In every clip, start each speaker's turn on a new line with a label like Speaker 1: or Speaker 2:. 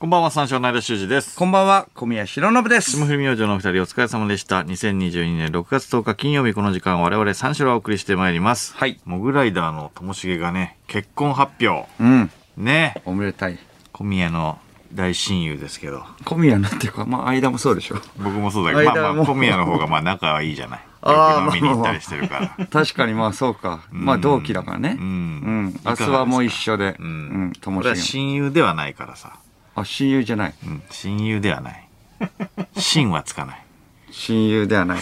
Speaker 1: こんばんは、三章の間修二です。
Speaker 2: こんばんは、小宮弘信です。
Speaker 1: 霜降り明星のお二人お疲れ様でした。2022年6月10日金曜日この時間我々三章をお送りしてまいります。
Speaker 2: はい
Speaker 1: モグライダーのともしげがね、結婚発表。
Speaker 2: うん、
Speaker 1: ね。
Speaker 2: おめでたい。
Speaker 1: 小宮の大親友ですけど。
Speaker 2: 小宮なんていうか、まあ、間もそうでしょ。
Speaker 1: 僕もそうだけど、
Speaker 2: 間
Speaker 1: まあま
Speaker 2: も
Speaker 1: あ、小宮の方がまあ仲はいいじゃない。
Speaker 2: あー
Speaker 1: よく飲みに行ったりしてるから。
Speaker 2: 確かに、まあ、そうか。まあ、同期だからね。
Speaker 1: う
Speaker 2: うんん。明日はもう一緒で。
Speaker 1: う
Speaker 2: うんん。とも
Speaker 1: 俺は
Speaker 2: しげ
Speaker 1: 親友ではないからさ。
Speaker 2: も。あ、親友じゃない。
Speaker 1: うん、親友では ない。親はつかない。
Speaker 2: 親友では ない。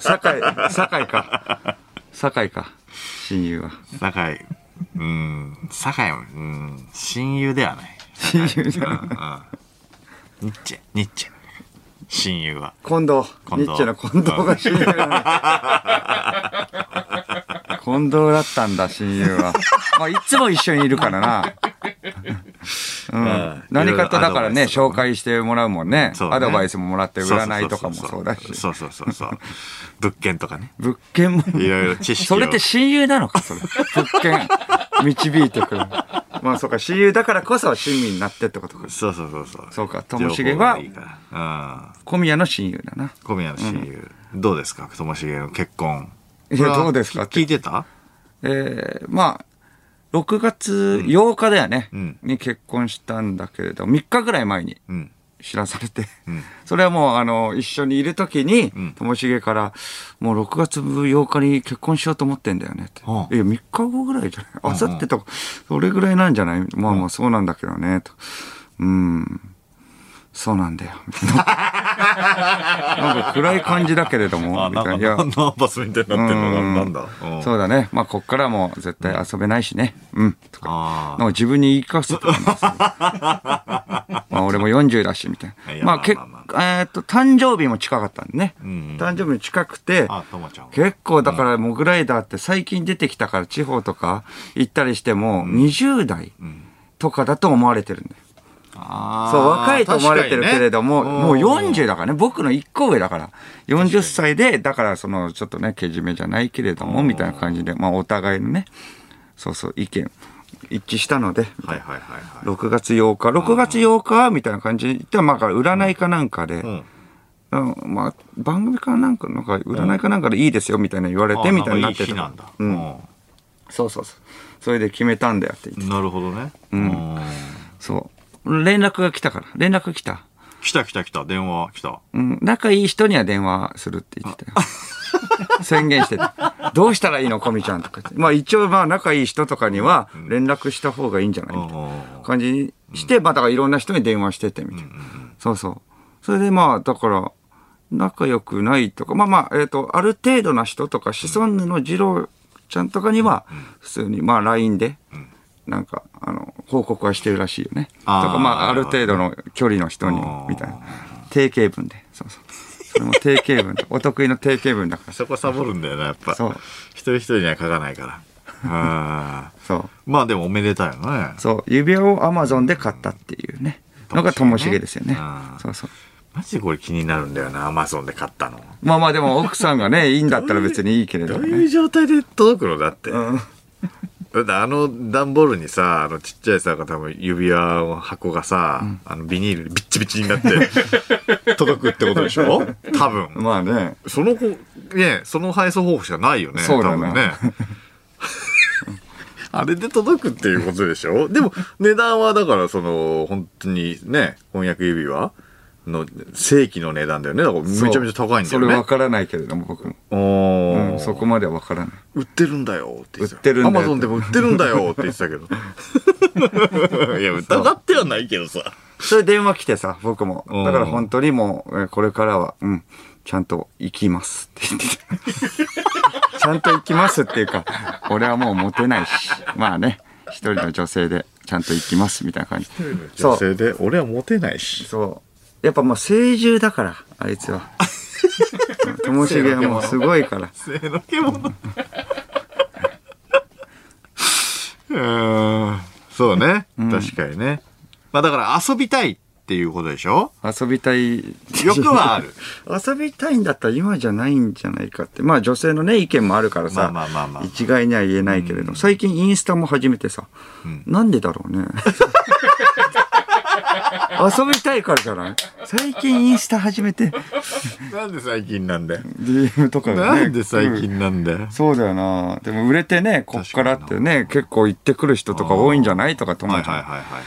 Speaker 2: 酒井、酒井か。酒井か。親友は。
Speaker 1: 酒井、うん、酒井も、うん、親友ではない。
Speaker 2: 親友じゃな
Speaker 1: う
Speaker 2: い。
Speaker 1: んニッチェ、ニッチェ。親友は。
Speaker 2: 近藤。
Speaker 1: 近藤
Speaker 2: ニッチェの近藤が親友だね。近藤だったんだ、親友は。まあ、いつも一緒にいるか らな。う
Speaker 1: う
Speaker 2: ん
Speaker 1: ん、
Speaker 2: 何かとだからね、
Speaker 1: いろいろアドバイスとかね
Speaker 2: 紹介してもらうもんね
Speaker 1: そうね
Speaker 2: アドバイスももらって、占いとかもそうだし。
Speaker 1: そうそうそうそう。物件とかね。
Speaker 2: 物件も。
Speaker 1: いろいろ知識を。
Speaker 2: それって親友なのか、それ。物件、導いてくる。まあ、そうか、親友だからこそ親身になってってことか。
Speaker 1: そうそうそうそう。
Speaker 2: そうかともしげは
Speaker 1: 情報がいいから
Speaker 2: 小宮の親友だな。
Speaker 1: うん。小宮の親友。どうですかともしげの結婚。
Speaker 2: いや、どうですかって
Speaker 1: 聞いてた
Speaker 2: えーまあ、6月8日だよね、
Speaker 1: うん
Speaker 2: に結婚したんだけれど、3日ぐらい前に
Speaker 1: うん。
Speaker 2: 知らされて、
Speaker 1: ん
Speaker 2: それはもう、あの、一緒にいる時に
Speaker 1: ん、
Speaker 2: ともしげから、もう6月8日に結婚しようと思ってんだよねって。
Speaker 1: はあ
Speaker 2: いや、3日後ぐらいじゃない
Speaker 1: ん
Speaker 2: あさってとか、それぐらいなんじゃないまあまあ、そうなんだけどね、と。うん。そうなんだよ。 みたいななんか暗い感じだけれど も、みたいな。いや
Speaker 1: ナーバスみたいにな
Speaker 2: うん
Speaker 1: うん
Speaker 2: そうだね。まあ、こっからも絶対遊べないしね。うん。とか。
Speaker 1: あ
Speaker 2: なんか自分に言い聞かせてたん ですよまあ、俺も40だし、みたい
Speaker 1: いや
Speaker 2: な。まあ、
Speaker 1: まあ
Speaker 2: けえ
Speaker 1: まあま
Speaker 2: ーっと、誕生日も近かったんでね。
Speaker 1: ん
Speaker 2: 誕生日も近くて
Speaker 1: あ。、あ、ともちゃん。
Speaker 2: 結構だから、モグライダーって最近出てきたから、地方とか行ったりしても、20代とかだと思われてるんだよ。
Speaker 1: あー
Speaker 2: そう、若いと思われてるけれども、
Speaker 1: 確
Speaker 2: もう
Speaker 1: かにね
Speaker 2: 40だからね、僕の1個上だから、40歳で、だからその、ちょっとね、けじめじゃないけれども、みたいな感じで、まあお互いのね、そうそう、意見、一致したので、
Speaker 1: はいはいはいはい。
Speaker 2: 6月8日、6月8日、みたいな感じで言ったら、まあ占いかなんかで、
Speaker 1: ん
Speaker 2: うんまあ番組かなんか、なんか占いかなんかでいいですよ、みたいな言われ
Speaker 1: あ
Speaker 2: て、みたいになっ
Speaker 1: んかい
Speaker 2: て
Speaker 1: い日なん
Speaker 2: た
Speaker 1: だ。。
Speaker 2: う、
Speaker 1: うん
Speaker 2: そうそうそう。それで決めたんだよって言って、
Speaker 1: んなるほどね。うん
Speaker 2: そう。連絡が来たから、連絡来た。
Speaker 1: 来た来た来た、電話来た。
Speaker 2: うん、仲いい人には電話するって言ってた よ。宣言してた。どうしたらいいの、コミちゃんとか言って。まあ一応まあ仲いい人とかには連絡した方がいいんじゃないみたいな感じにして、まあだからいろんな人に電話しててみたいな。そうそう。それでまあだから、仲良くないとか、まあまあ、えっ、と、ある程度な人とか、子孫の次郎ちゃんとかには、普通にまあ LINE で、なんか、あの、報告はしてるらしいよね。と
Speaker 1: あー
Speaker 2: か、まあある程度の距離の人に
Speaker 1: あー、
Speaker 2: みたいな。定型文で。そうそう。それも定型 文。お得意の定型文だから。
Speaker 1: そこサボるんだよな、やっぱ。
Speaker 2: そう
Speaker 1: 一人一人には書かないから。 あー
Speaker 2: そう。
Speaker 1: まあでもおめでたいよね。
Speaker 2: そう。指輪を Amazon で買ったっていうね。のがともしげですよね
Speaker 1: あ。ー
Speaker 2: そうそう。
Speaker 1: マジでこれ気になるんだよな、アマゾンで買ったの。
Speaker 2: まあまあでも奥さんがね、いいんだったら別にいいけれど
Speaker 1: ど
Speaker 2: も
Speaker 1: ういう
Speaker 2: ね。
Speaker 1: 状態で届くのだって。
Speaker 2: うん。
Speaker 1: だってあの段ボールにさ、あのちっちゃいさ、多分指輪の箱がさ、あのビニールにビッチビチになって 届くってことでしょ多分。
Speaker 2: まあね。
Speaker 1: その子、ね、その配送方法しかないよね。
Speaker 2: そうだな
Speaker 1: 多分 ね。あれで届くっていうことでしょでも、値段はだから、その、本当にね、翻訳指輪の正規の値段だよね。だからめちゃめちゃ高いんだ
Speaker 2: そ
Speaker 1: よ
Speaker 2: れわ
Speaker 1: ね。
Speaker 2: からないけれども、僕も。
Speaker 1: お
Speaker 2: う
Speaker 1: ー
Speaker 2: ん、そこまではわからない。
Speaker 1: 売ってるんだよって言ってた。
Speaker 2: 売ってるんだよ
Speaker 1: アマゾンでも売ってるんだ よって言ってたけど。いや、疑ってはないけどさ。
Speaker 2: それ電話来てさ、僕も。
Speaker 1: うん
Speaker 2: だから本当にもう、えーこれからは、うん、ちゃんと行きますって言って た。ちゃんと行きますっていうか、俺はもうモテないし、まあね、一人の女性でちゃんと行きますみたいな感じ。そ
Speaker 1: 女
Speaker 2: う、
Speaker 1: 性で、俺はモテないし。
Speaker 2: そう。やっぱもう成獣だから、あいつ は。うんともしげはもうすごいから。
Speaker 1: せーのけもの。 うーん。そうね。確かにね。まあだから遊びたいっていうことでしょ
Speaker 2: 遊びたい。
Speaker 1: 欲は ある。
Speaker 2: 遊びたいんだったら今じゃないんじゃないかって。まあ女性のね、意見もあるからさ、
Speaker 1: まあまあまあまあ
Speaker 2: 一概には言えない けれど、最近インスタも始めてさ、なんでだろうね。遊びたいからじゃない最近インスタ始めて、
Speaker 1: なんで最近なんで
Speaker 2: DM とかがね
Speaker 1: なんで最近なんで
Speaker 2: そうだよな。でも売れてね、こっからってね、結構行ってくる人とか多いんじゃないとか友
Speaker 1: はいはい
Speaker 2: 達、
Speaker 1: はいはい
Speaker 2: ゃん
Speaker 1: はい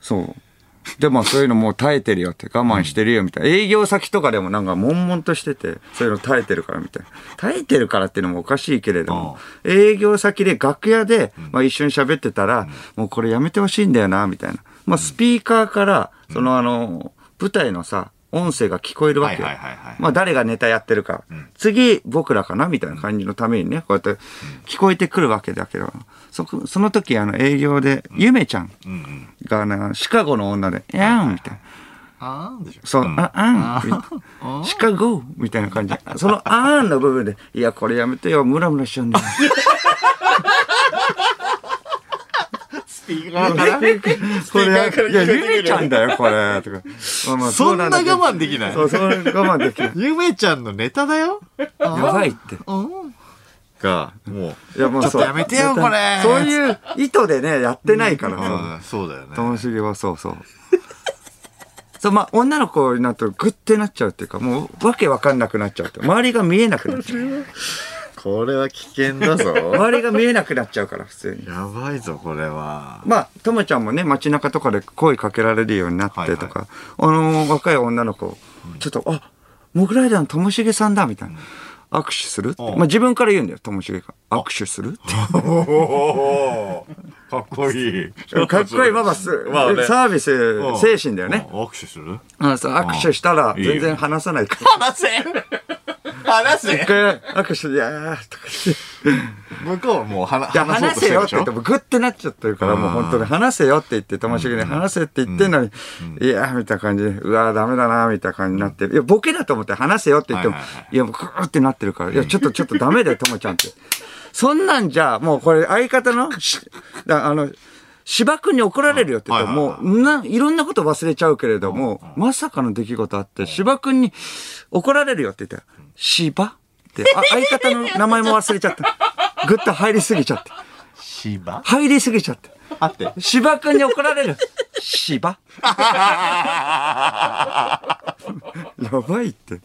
Speaker 2: そう。でもそういうのもう耐えてるよって我慢してるよみたいな。営業先とかでもなんか悶々としてて、そういうの耐えてるからみたいな。耐えてるからっていうのもおかしいけれども、営業先で楽屋で、まあ一緒に喋ってたら、もうこれやめてほしいんだよな、みたいな。まあスピーカーから、そのあの、舞台のさ、音声が聞こえるわ
Speaker 1: はいはい
Speaker 2: けよ
Speaker 1: はい。はいはい
Speaker 2: まあ誰がネタやってるか、次僕らかなみたいな感じのためにね、こうやって聞こえてくるわけだけど、そこ、その時あの営業で、ゆめちゃん
Speaker 1: うんうん
Speaker 2: がな、シカゴの女で、やんみたいな。
Speaker 1: あーんでしょ
Speaker 2: そう、あ、あんみたいなシカゴみたいな感じで。そのあんの部分で、いや、これやめてよ、ムラムラしち ゃうんだよ。
Speaker 1: スピーカーからね
Speaker 2: これ、いや、ゆめちゃん
Speaker 1: だ
Speaker 2: だよ、これ。とか。まあま あ
Speaker 1: そんな
Speaker 2: だけど
Speaker 1: 我慢できない
Speaker 2: そう、それ我慢 できない。
Speaker 1: ゆめちゃんのネタだよ
Speaker 2: やばいって。
Speaker 1: がも
Speaker 2: いや、もう
Speaker 1: ちょっとやめてよこれ
Speaker 2: そういう意図でね、やってないから
Speaker 1: う、
Speaker 2: さ。
Speaker 1: うん、そうだよね
Speaker 2: ともしげはそう そう。そう、まあ、女の子になるとグッてなっちゃうっていうか、もうわけわかんなくなっちゃうって。周りが見えなくなっちゃう。
Speaker 1: これは危険だぞ
Speaker 2: 周りが見えなくなっちゃうから、普通に。
Speaker 1: やばいぞこれは
Speaker 2: まあ、ともちゃんもね、街中とかで声かけられるようになってとか、あのー若い女の子、ちょっと、あ、モグライダーのともしげさんだ、みたいな。握手するって。
Speaker 1: うん
Speaker 2: まあ、自分から言うんだよ、ともしげが。握手する って。
Speaker 1: おおかっこいい
Speaker 2: かっこいい、まあまあ、す
Speaker 1: まあね
Speaker 2: サービス
Speaker 1: うん
Speaker 2: 精神だよね。
Speaker 1: うん握手する
Speaker 2: あそう握手したら
Speaker 1: うんいいよ
Speaker 2: 全然話さないから。
Speaker 1: 話せ話
Speaker 2: 一
Speaker 1: せ
Speaker 2: 回 握手で、いやーとか言って
Speaker 1: 向こうはもう話
Speaker 2: いや、話せよって
Speaker 1: 話
Speaker 2: 言って
Speaker 1: そうとしてるでしょ
Speaker 2: も、グッてなっちゃってるから、もう本当に話せよって言って、ともしげに話せって言ってんのに、いやーみたいな感じで、うわーダメだなーみたいな感じになってる。いや、ボケだと思って話せよって言っても
Speaker 1: はいはいは、
Speaker 2: いや、もうグーってなってるから、いや、ちょっとちょっとダメだよ、とも ちゃんって。そんなんじゃ、もうこれ相方の、しだあの、芝君に怒られるよって言って
Speaker 1: はい
Speaker 2: も
Speaker 1: は
Speaker 2: う、な、いろんなこと忘れちゃうけれども、まさかの出来事あって、芝君に怒られるよって言ったら、芝って、あ相方の名前も忘れち ゃった。ぐっと入りすぎちゃって。
Speaker 1: 芝
Speaker 2: 入りすぎちゃって。
Speaker 1: あって
Speaker 2: 芝君に怒られる。芝 やばいって。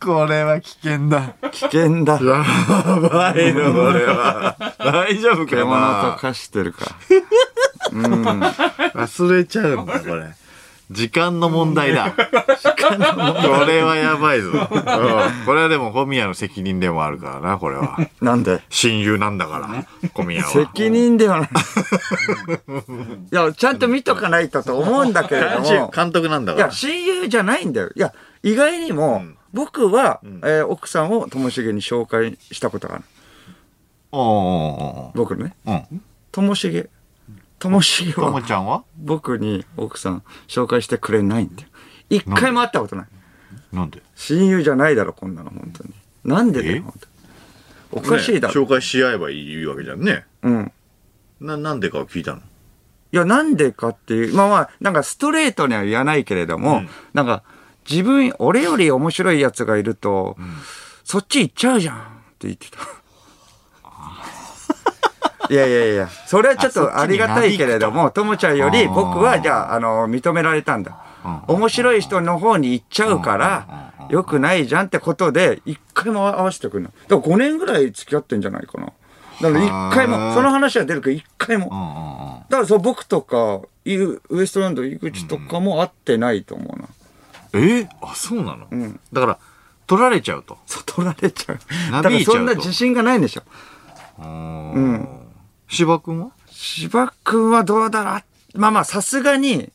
Speaker 1: これは危険だ
Speaker 2: 危険だ。
Speaker 1: やばいのこれは 大丈夫か
Speaker 2: 獣と
Speaker 1: な
Speaker 2: 化してるか。
Speaker 1: 忘れちゃうんだこれ時間の問題 だ。これはやばい ぞ。うんこれはでも小宮の責任でもあるからな、これ は。
Speaker 2: なんで
Speaker 1: 親友なんだから、小宮は。
Speaker 2: 責任では ない。いや、ちゃんと見とかないとと思うんだけれども。
Speaker 1: 監督なんだ
Speaker 2: い
Speaker 1: から
Speaker 2: や、。親友じゃないんだよ。いや、意外にも、僕は、えー奥さんをともしげに紹介したことがある。
Speaker 1: おー
Speaker 2: 僕ね。
Speaker 1: おーおーうん。
Speaker 2: ともしげ。ともしげ
Speaker 1: と
Speaker 2: は
Speaker 1: もちゃんは
Speaker 2: 僕に奥さん紹介してくれないんだよ。一回も会ったことない。
Speaker 1: なんで
Speaker 2: 親友じゃないだろ、こんなの、本当に。なんでだ
Speaker 1: え
Speaker 2: よ、本当におかしいだ
Speaker 1: ね
Speaker 2: ろ。
Speaker 1: 紹介し合えばいいわけじゃんね。
Speaker 2: うん。
Speaker 1: な、なんでかを聞いたの。
Speaker 2: いや、なんでかっていう、まあまあ、なんかストレートには言わないけれども、
Speaker 1: ん
Speaker 2: なんか、自分、俺より面白いやつがいると、そっち行っちゃうじゃんって言ってた。 いやいやいや、それはちょっとありがたいけれども、ともちゃんより僕は、じゃあ、あの、認められたんだ。面白い人の方に行っちゃうから、よくないじゃんってことで、一回も合わせてくんの。だから5年ぐらい付き合ってんじゃないかな。だから一回
Speaker 1: は
Speaker 2: も、
Speaker 1: あ
Speaker 2: その話は出るけど、一回も。
Speaker 1: うんうんうん。
Speaker 2: だからそう僕とかイウウエストランド井口とかも会ってないと思うな、
Speaker 1: えあ、そうなの
Speaker 2: ん
Speaker 1: だから、取られちゃうと。
Speaker 2: そう取られちゃう
Speaker 1: な
Speaker 2: だ
Speaker 1: び
Speaker 2: か
Speaker 1: いちゃうと
Speaker 2: らそんな自信がないんでしょ
Speaker 1: うん。芝君は
Speaker 2: 芝君はどうだろうまあまあさすがに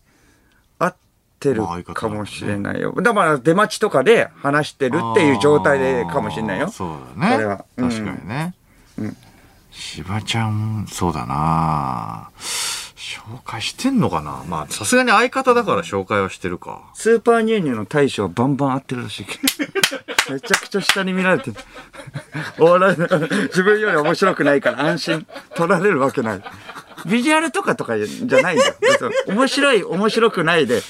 Speaker 2: 会って
Speaker 1: ま
Speaker 2: る
Speaker 1: あ相方だ
Speaker 2: かもしれないよだから出待ちとかで話してるっていう状態でかもしれない
Speaker 1: あー
Speaker 2: よ
Speaker 1: そう
Speaker 2: こ
Speaker 1: だね
Speaker 2: れはうん
Speaker 1: 確かにねしばちゃんそうだな紹介してんのかなまあさすがに相方だから紹介はしてるか
Speaker 2: スーパーニューニューの大将バンバン会ってるらしいけ どめちゃくちゃ下に見られてる お笑いの自分より面白くないから安心取られるわけないビジュアルとかとかじゃないんだよ別に面白い面白くないで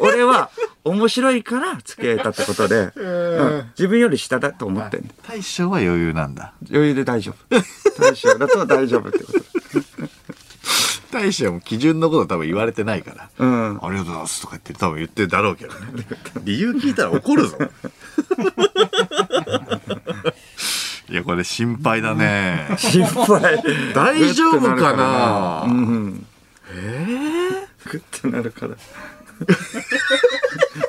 Speaker 2: 俺は面白いから付き合えたってことで、うん自分より下だと思ってんだよ
Speaker 1: 大将は余裕なんだ
Speaker 2: 余裕で大丈夫大将だと大丈夫ってこと
Speaker 1: 対してはもう基準のことは多分言われてないから、
Speaker 2: うん
Speaker 1: ありがとうございますとか言って多分言ってるだろうけど ね。理由聞いたら怒るぞ。いや、これ心配だ ね。
Speaker 2: 心配。
Speaker 1: 大丈夫かな
Speaker 2: うん。ええグッてなるから。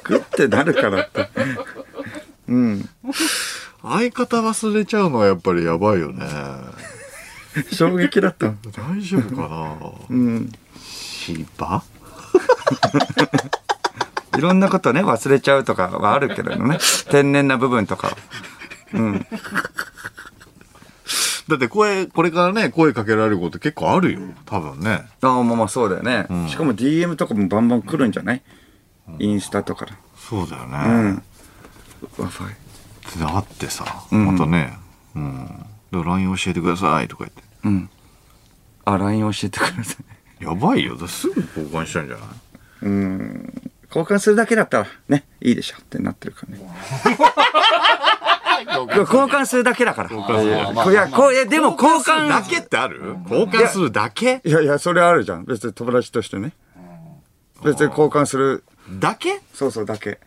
Speaker 2: グッてなるからって。うん。
Speaker 1: 相方忘れちゃうのはやっぱりやばいよね。
Speaker 2: 衝撃だった。
Speaker 1: 大丈夫かな
Speaker 2: うん。
Speaker 1: シバ
Speaker 2: いろんなことね、忘れちゃうとかはあるけれどね。天然な部分とか。
Speaker 1: だって声、これからね、声かけられること結構あるよ。多分ね。
Speaker 2: ああ、まあまあそうだよね。
Speaker 1: ん
Speaker 2: しかも DM とかもバンバン来るんじゃない、インスタとかで。
Speaker 1: そうだよね。
Speaker 2: うん。ワファイ。
Speaker 1: だってさ、
Speaker 2: ん
Speaker 1: またね、うん。で LINE 教えてくださいとか言っ
Speaker 2: うん。あ、LINE 教えてください。
Speaker 1: て。やばいよ。だすぐ交換しちゃうんじゃない
Speaker 2: うん。交換するだけだったら、ね、いいでしょってなってるからね。交換するだけだから。
Speaker 1: 換する
Speaker 2: いや、こう、いや、でも交換。
Speaker 1: だけってある交換するだけ
Speaker 2: いやいや、それあるじゃん。別に友達としてね。別に交換する。
Speaker 1: だけ
Speaker 2: そうそう、だけ。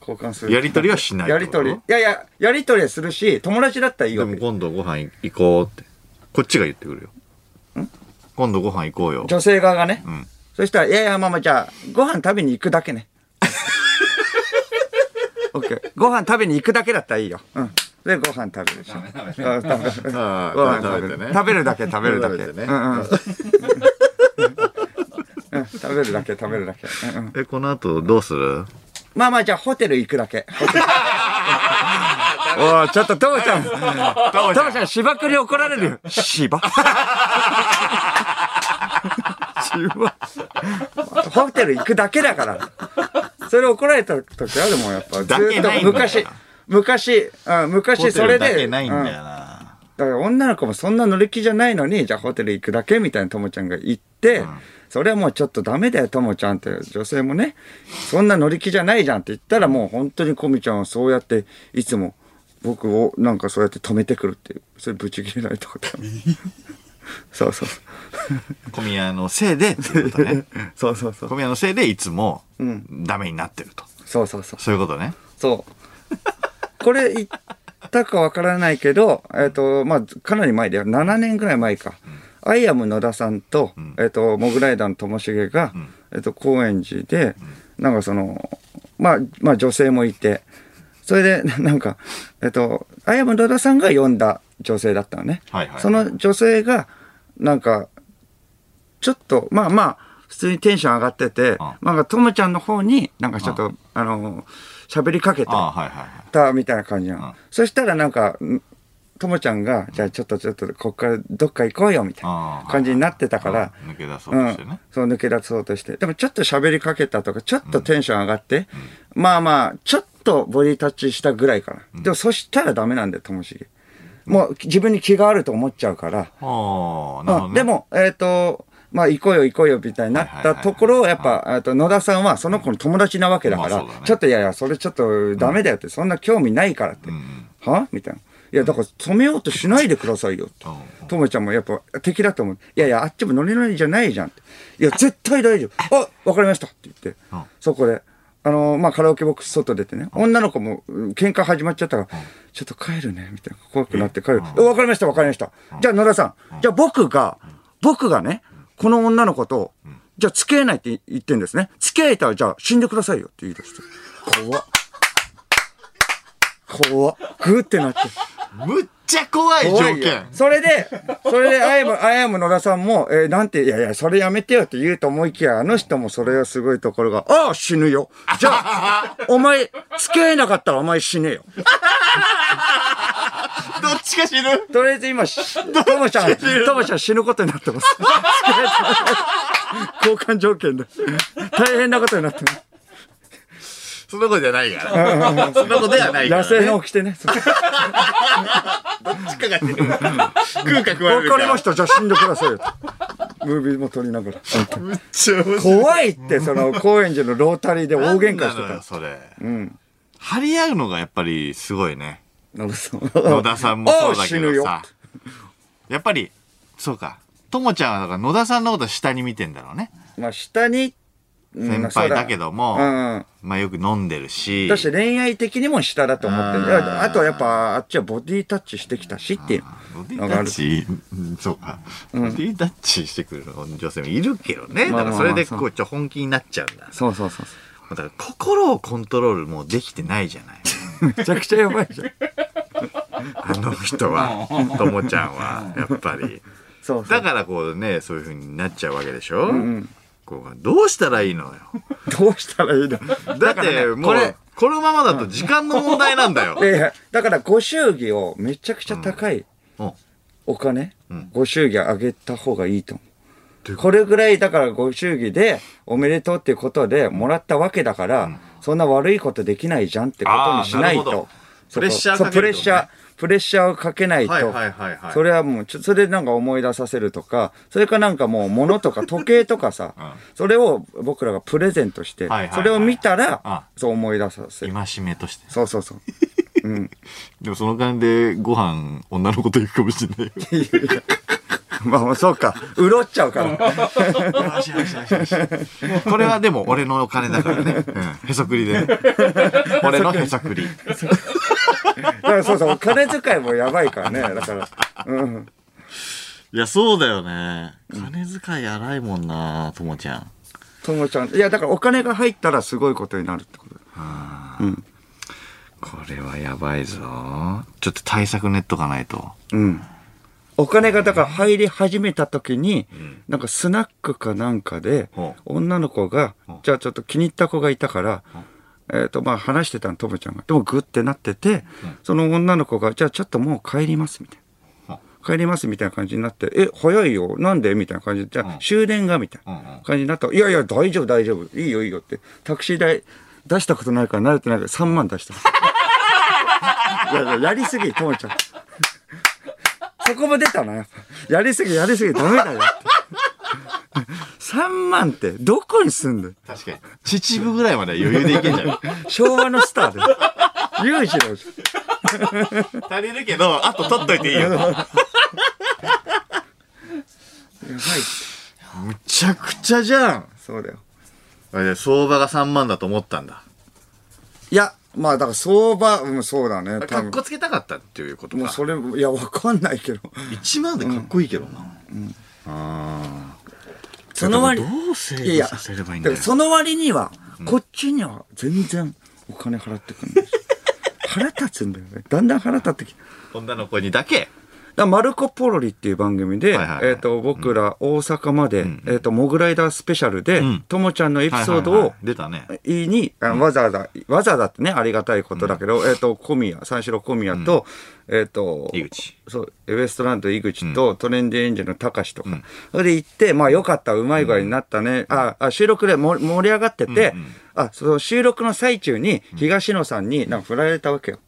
Speaker 2: 交換する。
Speaker 1: やりとりはしない
Speaker 2: やりとりいやいや、やりとりはするし、友達だったらいい
Speaker 1: で
Speaker 2: わ
Speaker 1: も
Speaker 2: け。
Speaker 1: 今度ご飯行こうって。こっちが言ってくるよ。今度ご飯行こうよ。
Speaker 2: 女性側がね。
Speaker 1: ん
Speaker 2: そしたら、いやいや、ママ、じゃあ、ご飯食べに行くだけ ね。オッケー。ご飯食べに行くだけだったらいいよ。うん。で、ご飯食べるし。あダメ
Speaker 1: あ
Speaker 2: ご飯
Speaker 1: あ
Speaker 2: 食べ
Speaker 1: 食べて
Speaker 2: る。
Speaker 1: ね
Speaker 2: 食べるだけ、食べるだけ。
Speaker 1: 食べてね
Speaker 2: うんうん。うん食べるだけ、食べるだけ。うんうん
Speaker 1: え、この後どうす る
Speaker 2: まあまあ、じゃあ、ホテル行く だけ。おい、ちょっと、ともちゃん、ともちゃん、芝生に怒られるよ。芝芝ホテル行くだけだから。それ怒られた時あるもん、やっぱ。ず
Speaker 1: だけ
Speaker 2: っ
Speaker 1: ないんだよ
Speaker 2: と昔、昔、あ昔、それで。うん
Speaker 1: な。
Speaker 2: だから女の子もそんな乗り気じゃないのに、じゃあホテル行くだけみたいなともちゃんが言って、それはもうちょっとダメだよともちゃんって女性もね、そんな乗り気じゃないじゃんって言ったらもう本当にこみちゃんはそうやっていつも僕をなんかそうやって止めてくるっていう、それブチ切れられたこと あるそうそう。
Speaker 1: 小宮のせいでっていうことね。
Speaker 2: そうそうそう。
Speaker 1: 小宮のせいでいつもダメになってると。
Speaker 2: そうそうそう。
Speaker 1: そういうことね。
Speaker 2: そう。これ言ったかわからないけど、えっ、と、まあ、かなり前だよ。7年ぐらい前か。アイアム野田さんと、えっ、と、モグライダーのともしげが、えっ、と、高円寺で、なんかその、まあ、まあ女性もいて、それで、ななんか、えっ、と、アイアム野田さんが呼んだ女性だったのね。
Speaker 1: はいはい
Speaker 2: その女性が、なんか、ちょっと、まあまあ、普通にテンション上がってて、なんか、ともちゃんの方に、なんかちょっと、あの、喋りかけて、
Speaker 1: ああ、はいはいはい。
Speaker 2: ったみたいな感じなの。
Speaker 1: うん
Speaker 2: そしたらなんか、んともちゃんが、じゃあちょっとちょっと、こっからどっか行こうよ、みたいな感じになってたから、
Speaker 1: うん抜け出そう
Speaker 2: う
Speaker 1: として
Speaker 2: ん
Speaker 1: ね。、
Speaker 2: そう抜け出そうとして。でもちょっと喋りかけたとか、ちょっとテンション上がって、まあまあ、ちょっとボディタッチしたぐらいかな。でもそしたらダメなんだよ、ともしげ。もう自分に気があると思っちゃうから、
Speaker 1: ああ、なるほ
Speaker 2: ま
Speaker 1: ど
Speaker 2: あ、
Speaker 1: ね。
Speaker 2: でも、えっ、と、まあ、行こうよ行こうよみたいになっ
Speaker 1: はいはい
Speaker 2: た
Speaker 1: はい
Speaker 2: ところを、やっぱ、えっと、野田さんはその子の友達なわけだから、
Speaker 1: まあそうだね
Speaker 2: ちょっといやいや、それちょっとダメだよって、そんな興味ないからって。
Speaker 1: ん
Speaker 2: はみたいな。いや、だから止めようとしないでくださいよって
Speaker 1: うんうん。
Speaker 2: ともちゃんもやっぱ敵だと思う。いやいや、あっちもノリノリじゃないじゃんって。いや、絶対大丈夫。あ、わかりましたって言って、
Speaker 1: うん
Speaker 2: そこで。あのまあ、カラオケボックス外出てね、女の子もうん喧嘩始まっちゃったから、ちょっと帰るね、みたいな。怖くなって帰る。わかりました、わかりました。じゃあ野田さん、じゃあ僕が、僕がね、この女の子と、じゃあ付き合えないって言ってんですね。付き合えたらじゃあ死んでくださいよって言い出して。怖っ。怖っ。グーってなって。
Speaker 1: むっちゃ怖い条
Speaker 2: 怖いよ
Speaker 1: 件。
Speaker 2: それで、それで、アイム、アイアム野田さんも、えーなんて、いやいや、それやめてよって言うと思いきや、あの人もそれはすごいところが、ああ、死ぬよ。じゃ あ、お前、付き合えなかったらお前死ねよ。
Speaker 1: どっちか死ぬ
Speaker 2: とりあえず今、しとも ちゃん、ともちゃん死ぬことになってます。 交換条件で。大変なことになってます。
Speaker 1: そんなことじゃないから。そんなことではないか
Speaker 2: 野
Speaker 1: ら。
Speaker 2: 生の起きてね。
Speaker 1: どっちかが死ぬ。空格食われる
Speaker 2: わ
Speaker 1: か。
Speaker 2: からりました。じゃあ死んでくださいよと。ムービーも撮りながら。
Speaker 1: めっちゃ面白い。
Speaker 2: 怖いって、その、高円寺のロータリーで大喧嘩して
Speaker 1: なんなのよ
Speaker 2: た。
Speaker 1: それ。
Speaker 2: うん。
Speaker 1: 張り合うのがやっぱりすごいね。
Speaker 2: 野田さん。
Speaker 1: 野田さんもそうだけ
Speaker 2: おう死ぬ
Speaker 1: ど
Speaker 2: よ
Speaker 1: さ。やっぱり、そうか。ともちゃんはだから野田さんのこと下に見てんだろうね。
Speaker 2: まあ、下に、うん
Speaker 1: 先輩だけども、
Speaker 2: うんうん
Speaker 1: まあよく飲んでるし。
Speaker 2: だし恋愛的にも下だと思ってる。
Speaker 1: あ
Speaker 2: い
Speaker 1: ー
Speaker 2: やあとはやっぱ、あっちはボディタッチしてきたしっていう
Speaker 1: ボディ
Speaker 2: の
Speaker 1: タ
Speaker 2: があ
Speaker 1: ッ
Speaker 2: る。
Speaker 1: チ、うんそうか。ボディタッチしてくる女性もいるけどね。
Speaker 2: ま
Speaker 1: だから
Speaker 2: あまあまあ
Speaker 1: それでこう、ちょ、本気になっちゃうんだ。
Speaker 2: そうそうそう
Speaker 1: だから心をコントロールもうできてないじゃ ない。
Speaker 2: そう。めちゃくちゃやばいじゃん。
Speaker 1: あの人は、ともちゃんは、やっぱり。
Speaker 2: そうそ
Speaker 1: だ
Speaker 2: う。
Speaker 1: からこうね、そういう風になっちゃうわけでしょ、
Speaker 2: うん
Speaker 1: こうどうしたらいいのよ。
Speaker 2: どうしたらいいの
Speaker 1: だっ
Speaker 2: からね
Speaker 1: て、も
Speaker 2: こ
Speaker 1: う
Speaker 2: れ、
Speaker 1: このままだと時間の問題なんだ よ
Speaker 2: い。やいや、だからご祝儀をめちゃくちゃ高い
Speaker 1: うん
Speaker 2: お金、
Speaker 1: ん
Speaker 2: ご祝儀あげた方がいいと思。
Speaker 1: どういううこ
Speaker 2: これぐらいだからご祝儀でおめでとうっていうことでもらったわけだから、そんな悪いことできないじゃんってことにしない
Speaker 1: あーなるほど
Speaker 2: と。
Speaker 1: プ
Speaker 2: そこ
Speaker 1: レッシャーかける
Speaker 2: そうプレッシャー、プレッシャーをかけないと。
Speaker 1: はいはいはいはい。
Speaker 2: それはもうちょ、それなんか思い出させるとか、それかなんかもう物とか時計と かさ、
Speaker 1: ん
Speaker 2: それを僕らがプレゼントして、
Speaker 1: はいはいはい
Speaker 2: それを見たら、
Speaker 1: あ
Speaker 2: そう思い出させる。
Speaker 1: 今しめとして。
Speaker 2: そうそうそう。うん。
Speaker 1: でもその間でご飯、女の子と行くかもしれないよ。
Speaker 2: まあまあそうか。うろっちゃうから。
Speaker 1: よしよしよしよしこれはでも俺のお金だからね。 うん、へそくり で。俺のへそくり。
Speaker 2: だからそうそう、お金遣いもやばいからね。だから。うん。
Speaker 1: いや、そうだよね。金遣い荒いもんな、ともちゃん。
Speaker 2: ともちゃん。いや、だからお金が入ったらすごいことになるってことだ
Speaker 1: これはやばいぞ。ちょっと対策練っとかないと。
Speaker 2: うん。お金がだから入り始めた時に、なんかスナックかなんかで
Speaker 1: ほ、
Speaker 2: 女の子が、じゃあちょっと気に入った子がいたから、えっとまあ話してたの、ともちゃんが。でもグってなってて、その女の子が、じゃあちょっともう帰ります、みたいな
Speaker 1: ほ。
Speaker 2: 帰りますみたいな感じになって、え、早いよ、なんでみたいな感じで、じゃあ終電がみたい
Speaker 1: うんうん
Speaker 2: な感じになったら、いやいや、大丈夫、大丈夫、いいよ、いいよって、タクシー代出したことないから、慣れてないから、3万 出した。いやいや、やりすぎ、ともちゃん。そこも出たな、やっぱやりすぎ、やりすぎ、ダメだよって。3万って、どこに住んで
Speaker 1: 確かに。秩父ぐらいまでは余裕でいけんじゃない
Speaker 2: 昭和のスターで。ユージの、
Speaker 1: 足りるけど、あと取っといていいよ。
Speaker 2: やばい。
Speaker 1: むちゃくちゃじゃん。
Speaker 2: そうだよ。
Speaker 1: あれ相場が3万だと思ったんだ。
Speaker 2: いや、まあ、だから相場、うん、そうだね、多
Speaker 1: かっ
Speaker 2: 分。
Speaker 1: こつけたかったっていうこと
Speaker 2: もう
Speaker 1: か。
Speaker 2: それ、いや、わかんないけど。
Speaker 1: 1万でかっこいいけどな。あー
Speaker 2: その割
Speaker 1: だからどう整理
Speaker 2: いやいや
Speaker 1: させればいいん
Speaker 2: だ
Speaker 1: だよ
Speaker 2: から。その割には、こっちには全然お金払ってくん ないし。腹立つんだよね。だんだん腹立ってきて。
Speaker 1: 女の子にだけ。
Speaker 2: だからマルコ・ポロリっていう番組で、
Speaker 1: はいはいはい
Speaker 2: えっ、と、僕ら大阪まで、えっ、と、モグライダースペシャルで、
Speaker 1: ん
Speaker 2: ともちゃんのエピソード
Speaker 1: はいはい
Speaker 2: を
Speaker 1: はい、出たね。
Speaker 2: いいに、あわざわざ、わざわざってね、ありがたいことだけど、えっ、と、小宮、三四郎小宮と、えっ、と、
Speaker 1: 井口。
Speaker 2: そう、ウエストランド井口と、トレンディエンジェルの高志とか、それで行って、まあよかった、うまい具合になったね、ああ、収録でも盛り上がってて、あ、その収録の最中に、東野さんになんか振られたわけよ。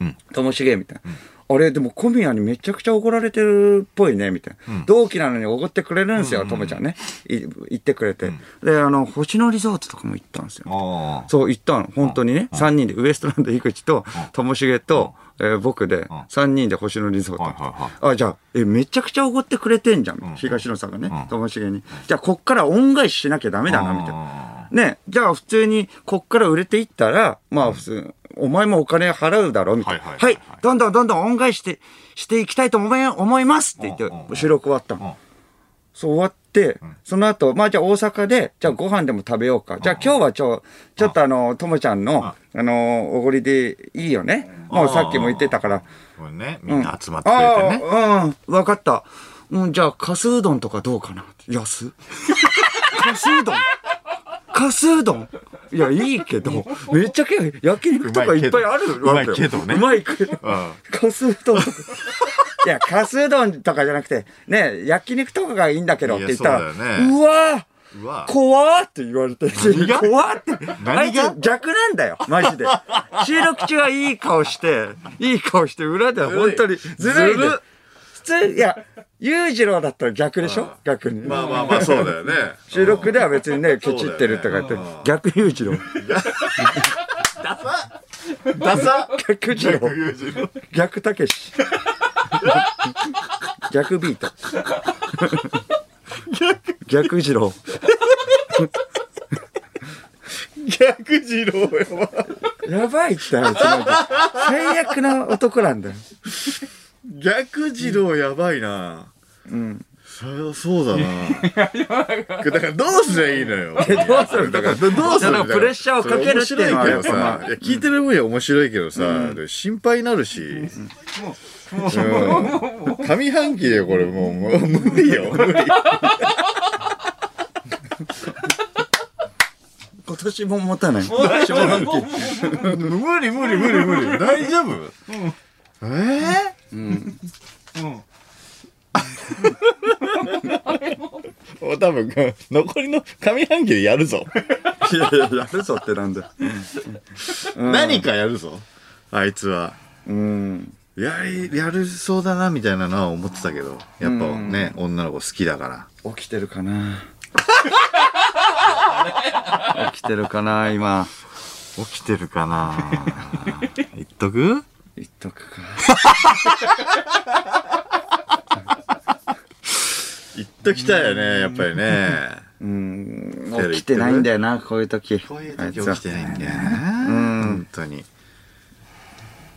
Speaker 1: うん
Speaker 2: ともしげみたいな。あれ、でも小宮にめちゃくちゃ怒られてるっぽいね、みたいな。同期なのに怒ってくれるんですよ、ともちゃんね。い言ってくれて。で、あの、星野リゾートとかも行ったんですよ。
Speaker 1: あ
Speaker 2: そう言ったの本当にね3人でウエストランド井口とともしげと、えー僕で3人で星野リゾート、
Speaker 1: はいはい
Speaker 2: あじゃあえめちゃくちゃおごってくれてんじゃん、東野さんがねともしげにじゃあこっから恩返ししなきゃダメだなみたいな。
Speaker 1: あ。
Speaker 2: ね、じゃあ普通にこっから売れていったらまあ普通、お前もお金払うだろみたいな
Speaker 1: はいはいはいはい
Speaker 2: どんどんどんどん恩返ししてしていきたいと思い思いますって言
Speaker 1: うんうん
Speaker 2: っ
Speaker 1: うん
Speaker 2: て収録終わったの。そう終わって、その後、まあじゃあ大阪で、じゃあご飯でも食べようか。じゃあ今日はちょ、ちょっとあの、ともちゃんの、あの、おごりでいいよね。もうさっきも言ってたから。
Speaker 1: これね、みんな集まってくれて
Speaker 2: あ
Speaker 1: ね。
Speaker 2: あ、うん、わかった。うん、じゃあ、かすうどんとかどうかな。安 かすうどんかすうどんいや、いいけど、めっちゃけ焼肉とかいっぱいあるわけよ。
Speaker 1: うまいけどね
Speaker 2: うまいけど。
Speaker 1: うん
Speaker 2: かすう どんとか。いや、かすうどんとかじゃなくて、ね、焼肉とかがいいんだけどって言ったら、
Speaker 1: いやそうだよね
Speaker 2: うわー
Speaker 1: うわ
Speaker 2: 怖ーって言われて、
Speaker 1: が
Speaker 2: 怖ーって。
Speaker 1: が
Speaker 2: あいつ逆なんだよ、マジで。収録中はいい顔して、いい顔して、裏では本当にずるい
Speaker 1: ず
Speaker 2: ね
Speaker 1: る
Speaker 2: 普通、いや、裕次郎だったら逆でしょ逆に。
Speaker 1: まあまあまあ、そうだよ ね。
Speaker 2: 収録では別にね、ケチってるとか言って
Speaker 1: そうだよねうん、
Speaker 2: 逆裕次郎。
Speaker 1: ダサ
Speaker 2: 逆次郎。 逆たけし。逆ビート。逆次郎。
Speaker 1: 逆次郎やば
Speaker 2: やばいって、あいつなんか最悪な男なんだよ。
Speaker 1: 逆次郎やばいな
Speaker 2: うん。
Speaker 1: そりゃそう だなだからどうすりゃいいのよ
Speaker 2: えどうするんだ
Speaker 1: だ
Speaker 2: か
Speaker 1: かららどどうする
Speaker 2: いやだからプレッシャーをかけるっていうのはやっぱ
Speaker 1: それ面白いけどさいや聞いてる分には面白いけどさ、でも心配になるし、うん上半期でこれもうもう無理よ無理
Speaker 2: 今年も持たない。
Speaker 1: 無理無理無理無理大丈夫、え ー、もう多分残りの上半期でやるぞ、
Speaker 2: いやいや、やるぞってなんだよ。
Speaker 1: 何かやるぞあいつは
Speaker 2: うん。
Speaker 1: やりやるそうだなみたいなのは思ってたけどやっぱね、女の子好きだから
Speaker 2: 起きてるかな起きてるかな今。
Speaker 1: 起きてるか な言っとく
Speaker 2: 言っとくか。
Speaker 1: 言っときたいよねやっぱりね
Speaker 2: うん。
Speaker 1: テレビ
Speaker 2: 起きてないんだよな、こういう時。
Speaker 1: こういう
Speaker 2: あい
Speaker 1: 時
Speaker 2: つは
Speaker 1: 起きてないんだよな
Speaker 2: うん
Speaker 1: 本当に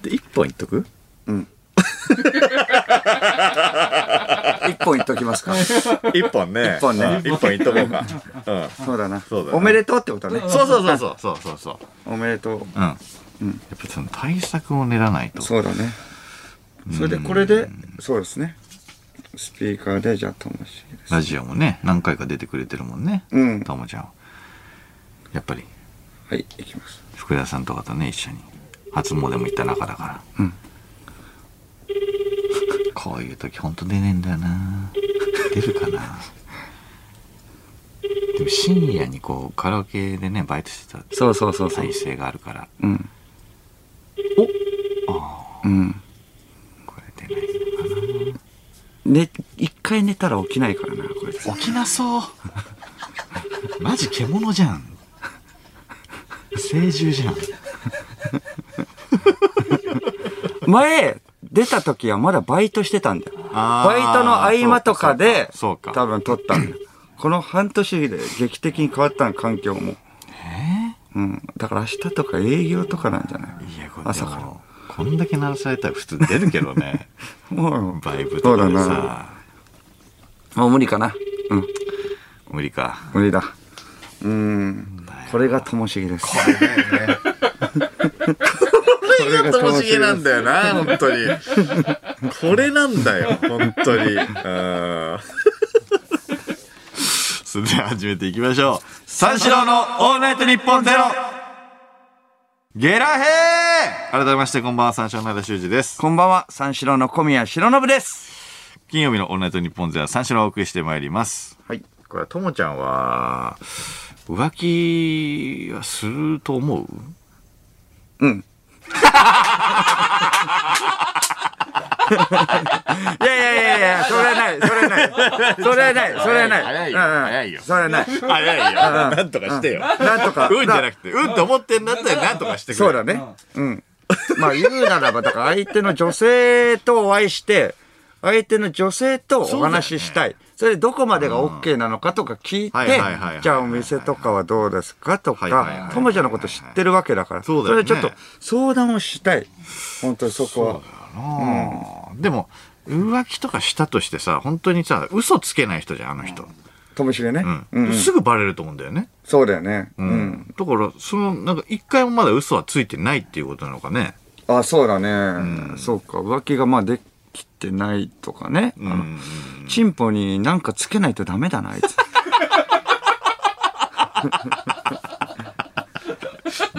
Speaker 1: で一本言っとく
Speaker 2: 一本言っときます か。
Speaker 1: 一本ね
Speaker 2: 一本ね
Speaker 1: うん一本言っとこう かうん
Speaker 2: そうだな。
Speaker 1: そうだな
Speaker 2: おめでとうってことね。
Speaker 1: そうそうそうそうそうそうそう
Speaker 2: おめでとう。
Speaker 1: うんやっぱその対策を練らないと
Speaker 2: そうだね。それで、これで、そうですね。スピーカーで、じゃあ、ともしげです。
Speaker 1: ラジオもね何回か出てくれてるもんね
Speaker 2: うん
Speaker 1: ともちゃんはやっぱり
Speaker 2: はい、いきます。
Speaker 1: 福田さんとかとね一緒に初詣も行った仲だから、
Speaker 2: うん
Speaker 1: こういう時ほんと出ねえんだよな出るかなでも深夜にこうカラオケでねバイトしてた
Speaker 2: そうそうそうそう
Speaker 1: 体。制があるから
Speaker 2: うん。
Speaker 1: ああ
Speaker 2: うん。
Speaker 1: これ出ないのか
Speaker 2: ね、一回寝たら起きないからな、これ。
Speaker 1: な起きなそうマジ獣じゃん成獣じゃん
Speaker 2: 前、出た時はまだバイトしてたんだよ。
Speaker 1: あ
Speaker 2: バ
Speaker 1: ー
Speaker 2: イトの合間とかで、
Speaker 1: そうかそうか
Speaker 2: 多分撮ったんだよ。この半年で劇的に変わったの、環境も。
Speaker 1: え
Speaker 2: うん。だから明日とか営業とかなんじゃない
Speaker 1: ーいやこれで
Speaker 2: 朝から。
Speaker 1: もこんだけ鳴らされたら普通出るけど ね
Speaker 2: もう、
Speaker 1: バイブ
Speaker 2: そ
Speaker 1: と
Speaker 2: うだ
Speaker 1: かで
Speaker 2: な。
Speaker 1: さ
Speaker 2: もう無理かな。うん。
Speaker 1: 無理か
Speaker 2: 無理だ。うーん。これがともしげです。
Speaker 1: これがともしげなんだよな、本当に。これなんだよ、本当に。うん それでは始めていきましょう。三四郎のオールナイトニッポンゼロゲラヘー改めまして、こんばんは、三四郎の間修二です。
Speaker 2: こんばんは、三四郎の小宮白信です。
Speaker 1: 金曜日のオールナイトニッポンゼロは三四郎をお送りしてまいります。
Speaker 2: はい。
Speaker 1: これは、ともちゃんは、浮気はすると思う
Speaker 2: うん。いやいやいやいや、それはない、それ はない。それはない、それはない。
Speaker 1: 早いよ
Speaker 2: うんうん
Speaker 1: 早いよ
Speaker 2: それはない。
Speaker 1: 早いよ。なんとかしてよ。
Speaker 2: なんとか。
Speaker 1: うんじゃなくて、うんって思ってんだったら、なんとかしてくれ。
Speaker 2: そうだね。うん。まあ言うならば、だから相手の女性とお会いして、相手の女性とお話ししたい。それでどこまでが OK なのかとか聞い
Speaker 1: はいはいはいはい
Speaker 2: て、じゃあお店とかはどうですかと
Speaker 1: はいはいはいは
Speaker 2: か
Speaker 1: い、
Speaker 2: ともちゃんのこと知ってるわけだから、
Speaker 1: そうだよ
Speaker 2: れ
Speaker 1: ね
Speaker 2: でちょっと相談をしたい。本当にそこは。
Speaker 1: あーでも、浮気とかしたとしてさ、本当にさ、嘘つけない人じゃん、あの人。
Speaker 2: ともしげね。う
Speaker 1: うんん。。すぐバレると思うんだよね。
Speaker 2: そうだよね。う。
Speaker 1: うんん。だから、その、なんか、一回もまだ嘘はついてないっていうことなのかね。
Speaker 2: あ、そうだね。そうか。浮気がまあできてないとかね。あの
Speaker 1: ん
Speaker 2: チンポになんかつけないとダメだな、あいつ。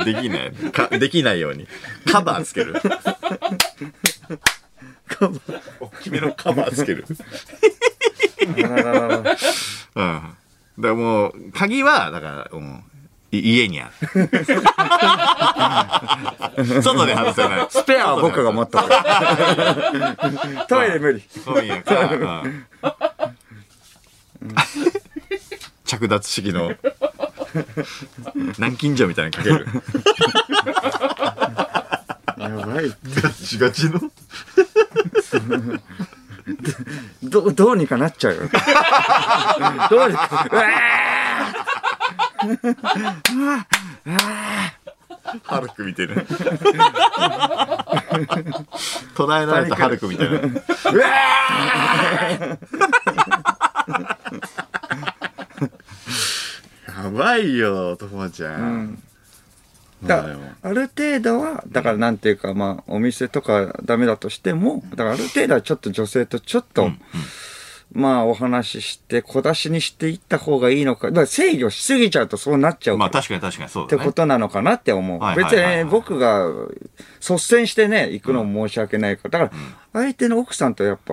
Speaker 1: できない。か、できないように。カバーつけ る。カバー。大きめのカバーつける。うん。だからもう、鍵は、だから、うん、い家にある。 外で外せない。
Speaker 2: スペアは僕が持った方がいい トイレ無理。
Speaker 1: そういやか。うん着脱式 の南京錠みたいなのかける。
Speaker 2: やばい。
Speaker 1: ガチガチの
Speaker 2: どうどうにかなっ ちゃうよ。どうにか。うわ
Speaker 1: ハルクみた いな。唱えられたハルクみたいな。
Speaker 2: ーうわー
Speaker 1: やばいよ、ともちゃん。
Speaker 2: だ
Speaker 1: そうだよ
Speaker 2: ある程度は、だからなんていうか、まあ、お店とかダメだとしても、だからある程度はちょっと女性とちょっと、まあ、お話しして、小出しにしていった方がいいのか。だから制御しすぎちゃうとそうなっちゃう
Speaker 1: ま
Speaker 2: か
Speaker 1: あ
Speaker 2: らっ
Speaker 1: 確かに確かにそう
Speaker 2: て
Speaker 1: だね
Speaker 2: こ。となのかなって思う。
Speaker 1: はいはい
Speaker 2: 別に
Speaker 1: はいはい
Speaker 2: ね僕が率先してね、行くのも申し訳ないから。だから、相手の奥さんとやっぱ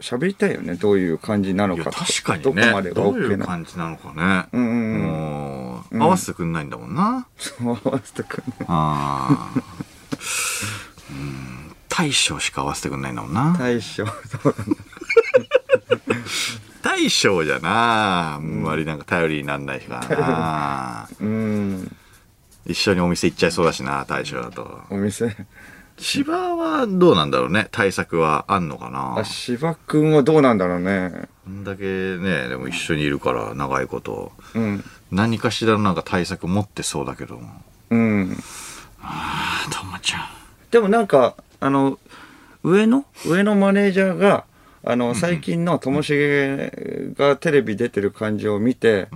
Speaker 2: 喋りたいよね。どういう感じなの
Speaker 1: いや
Speaker 2: かと
Speaker 1: 確かにね。
Speaker 2: どこまでが
Speaker 1: どうい
Speaker 2: OK
Speaker 1: う
Speaker 2: なのか。
Speaker 1: 感じなのかね。
Speaker 2: うんうんうん
Speaker 1: もう合わせてくんないんだもんな。
Speaker 2: そう合わせてくんない
Speaker 1: ああ。うん大将しか合わせてくんないんだもんな。
Speaker 2: 大将、そうだね
Speaker 1: 大将じゃな。あんまりなんか頼りになんない からな。
Speaker 2: うん。
Speaker 1: 一緒にお店行っちゃいそうだしな、大将だと。
Speaker 2: お店。
Speaker 1: 千葉はどうなんだろうね。対策はあんのかな
Speaker 2: あ、。芝くんはどうなんだろうね。
Speaker 1: こんだけね、でも一緒にいるから、長いこと。
Speaker 2: うん。
Speaker 1: 何かしらのなんか対策持ってそうだけども。
Speaker 2: うん。
Speaker 1: ああ、ともちゃん。
Speaker 2: でもなんか、あの、上の上のマネージャーが、あの、最近のともしげがテレビ出てる感じを見て、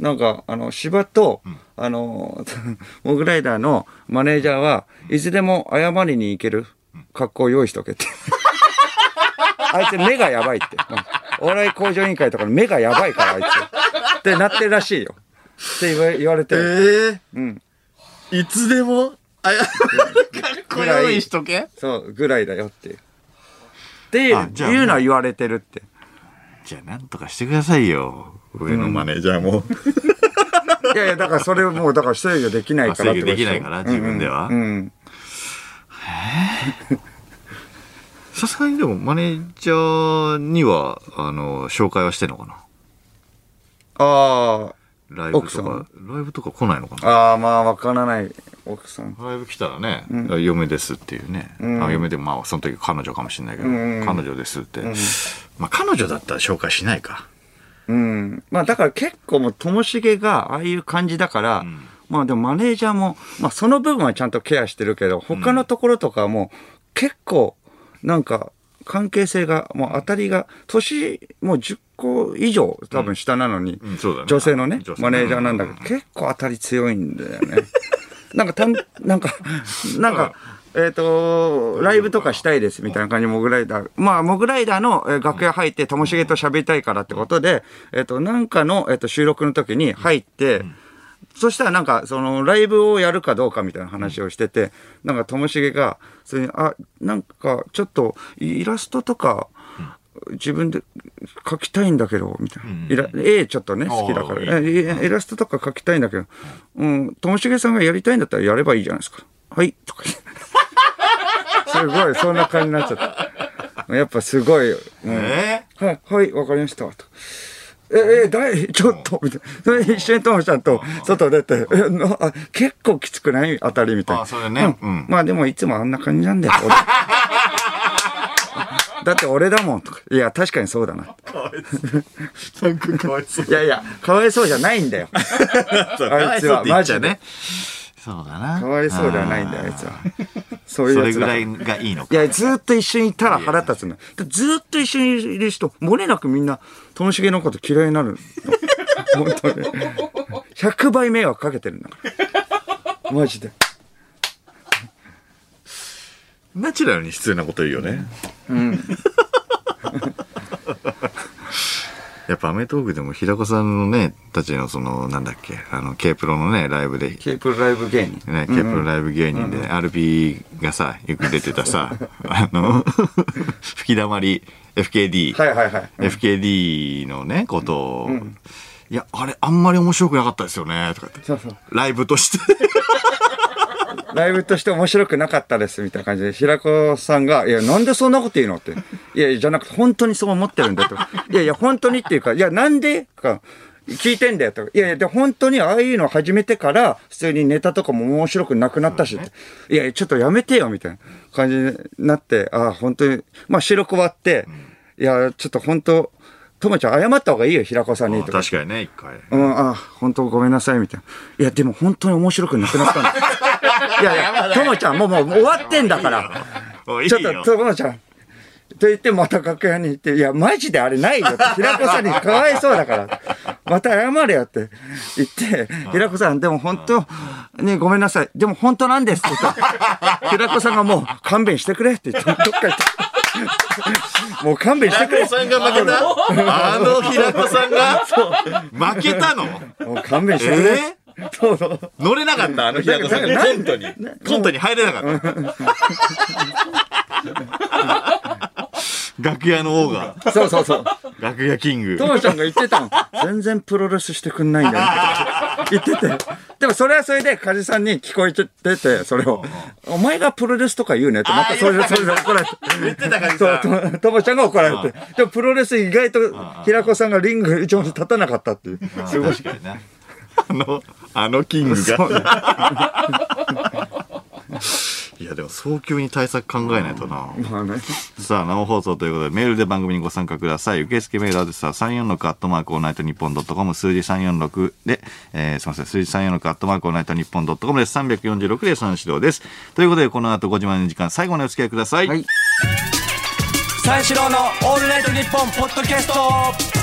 Speaker 2: なんか、あの、芝と、あの、 モグライダーのマネージャーは、いつでも謝りに行ける格好を用意しとけって。 あいつ目がやばいって。うんお笑い工場委員会とかの目がやばいから、あいつ。ってなってるらしいよ。って言わ言われて。
Speaker 1: ええ
Speaker 2: ん
Speaker 1: いつでも、あや、
Speaker 2: これ用意し
Speaker 1: とけ。
Speaker 2: そう、ぐらいだよっていう。ってい
Speaker 1: あ
Speaker 2: う
Speaker 1: じゃあ
Speaker 2: いうのは言われてるって。
Speaker 1: じゃあ、なんとかしてくださいよ。上のマネージャーも。
Speaker 2: いやいや、だからそれもう、だから制御できないから
Speaker 1: 制御できないから
Speaker 2: ってことしょ
Speaker 1: 自分では
Speaker 2: うんうん。
Speaker 1: さすがにでも、マネージャーには、あの、紹介はしてんのかな。
Speaker 2: あ
Speaker 1: ライブ
Speaker 2: 奥さ
Speaker 1: と
Speaker 2: ん
Speaker 1: か、ライブとか来ないのか
Speaker 2: あ、
Speaker 1: な。
Speaker 2: ああ、まあ、わからない、奥さん。
Speaker 1: ライブ来たらね、あ嫁ですっていうね。あ嫁でも、まあ、その時彼女かもしれないけど、
Speaker 2: ん
Speaker 1: 彼女ですって。まあ、彼女だったら紹介しないか。
Speaker 2: うん。まあ、だから結構もう、ともしげが、ああいう感じだから、まあ、でもマネージャーも、まあ、その部分はちゃんとケアしてるけど、他のところとかはもう、結構、なんか、関係性が、もう当たりが、年、もう10個以上、多分下なのに、
Speaker 1: うんそうだね
Speaker 2: 女性のね
Speaker 1: 女性、
Speaker 2: マネージャーなんだけど、結構当たり強いんだよね。 なんかたん、な んか、なんか、えっ、と、ライブとかしたいですみたいな感じで、モグライダー。まあ、モグライダーのえー楽屋入って、ともしげと喋りたいからってことで、えっ、と、なんかの、えっ、と、収録の時に入って、そしたらなんか、その、ライブをやるかどうかみたいな話をしてて、なんか、ともしげが、それに、あ、なんか、ちょっと、イラストとか、自分で描きたいんだけど、みたいな。イラ絵ちょっとね、好きだか
Speaker 1: ああいい
Speaker 2: ら
Speaker 1: ね。
Speaker 2: いやイラストとか描きたいんだけど、うん、ともしげさんがやりたいんだったらやればいいじゃないですか。はい、とか言ってすごい、そんな感じになっちゃった。やっぱすごい、うん、はい、
Speaker 1: え
Speaker 2: はい、わかりました、と。え、え、誰ちょっと、みたいな。それで一緒にともちゃんと外出て、えなあ結構きつくない当たりみたいな。
Speaker 1: あそれね
Speaker 2: う
Speaker 1: うん
Speaker 2: ん。まあでもいつもあんな感じなんだよ、俺 だって俺だもん、とか。いや、確かにそうだな。
Speaker 1: かわいそう。なんかかわいそう
Speaker 2: い。やいや、かわいそうじゃないんだよ。
Speaker 1: そう
Speaker 2: あいつ
Speaker 1: かわそうっ
Speaker 2: は
Speaker 1: て言っちゃう
Speaker 2: マ
Speaker 1: ね。そうだな。
Speaker 2: かわいそうではないんだよ、あいつは。そう
Speaker 1: あーそう
Speaker 2: いや
Speaker 1: れ
Speaker 2: つ
Speaker 1: ぐ
Speaker 2: だからら。
Speaker 1: い
Speaker 2: い
Speaker 1: がいいのか。
Speaker 2: や、ずーっと一緒にいたら腹立つの。だずーっと一緒にいる人、漏れなくみんな、ともしげのこと嫌いになる の。本当に。100倍迷惑かけてるんだから。マジで。
Speaker 1: ナチュラルに必要なこと言うよね。やっぱアメトークでも平子さんのね、たちのその、なんだっけ、あの、K プロのね、ライブで、
Speaker 2: ケープルライブ芸人。
Speaker 1: ね、K プロライブ芸人で、RP がさ、よく出てた さ、あの、吹き溜まり FKD。
Speaker 2: はいはいはい。
Speaker 1: FKD のね、ことを、いや、あれ、あんまり面白くなかったですよね、とかって。
Speaker 2: そうそう。
Speaker 1: ライブとして。
Speaker 2: ライブとして面白くなかったですみたいな感じで、平子さんが、いや、なんでそんなこと言うのって。いやいや、じゃなくて、本当にそう思ってるんだと。いやいや、本当にっていうか、いや、なんでか、聞いてんだよと。いやいや、で、本当にああいうの始めてから、普通にネタとかも面白くなくなったしって。いやいや、ちょっとやめてよ、みたいな感じになって、ああ、本当に、まあ、収録終わって、いや、ちょっと本当、ともちゃん謝った方がいいよ、平子さんに
Speaker 1: あ
Speaker 2: とか。
Speaker 1: 確かにね、一回。
Speaker 2: うん、あ、本当ごめんなさい、みたいな。いや、でも本当に面白くな くなったんだ。いやいや、ともちゃん、もうもう終わってんだから。
Speaker 1: もういい
Speaker 2: ち
Speaker 1: よ
Speaker 2: ょっと、ともちゃん。と言って、また楽屋に行って、いや、マジであれないよって、平子さんにかわいそうだから、 また謝れよって言って、平子さん、でも本当、ね、ごめんなさい、でも本当なんですって 言った。平子さんがもう勘弁してくれって言って、どっか行って。もう勘弁してく
Speaker 1: 平
Speaker 2: れ
Speaker 1: 子。さんが負けたあの平子さんが負けたの
Speaker 2: もう勘弁してくれ。
Speaker 1: えー乗れなかったあの平子さんがコントに。コントに入れなかった。 楽屋の王が、
Speaker 2: そうそうそう。
Speaker 1: 楽屋キング。
Speaker 2: ともちゃんが言ってたの。全然プロレスしてくんないんだよ。言ってて。でもそれはそれで、梶さんに聞こえてて、それを。お前がプロレスとか言うねって、またそれで、それで怒られて。
Speaker 1: 言ってた感じ
Speaker 2: そう
Speaker 1: さ、
Speaker 2: と、ともちゃんが怒られて。でもプロレス意外と、平子さんがリング上に立たなかったっていう。すごい。
Speaker 1: 確かにな。あの、あのキングが。いや、でも早急に対策考えないとな。
Speaker 2: まあね。
Speaker 1: さあ、生放送ということで、メールで番組にご参加ください。受付メールアドレスは346アットマークオールナイトニッポンドットコム、数字346で、えー、すみません、数字346アットマークオールナイトニッポンドットコムです。346で三四郎です。ということで、この後5時までの時間、最後までお付き合いください。
Speaker 2: はい
Speaker 3: 三四郎のオールナイトニッポンポッドキャスト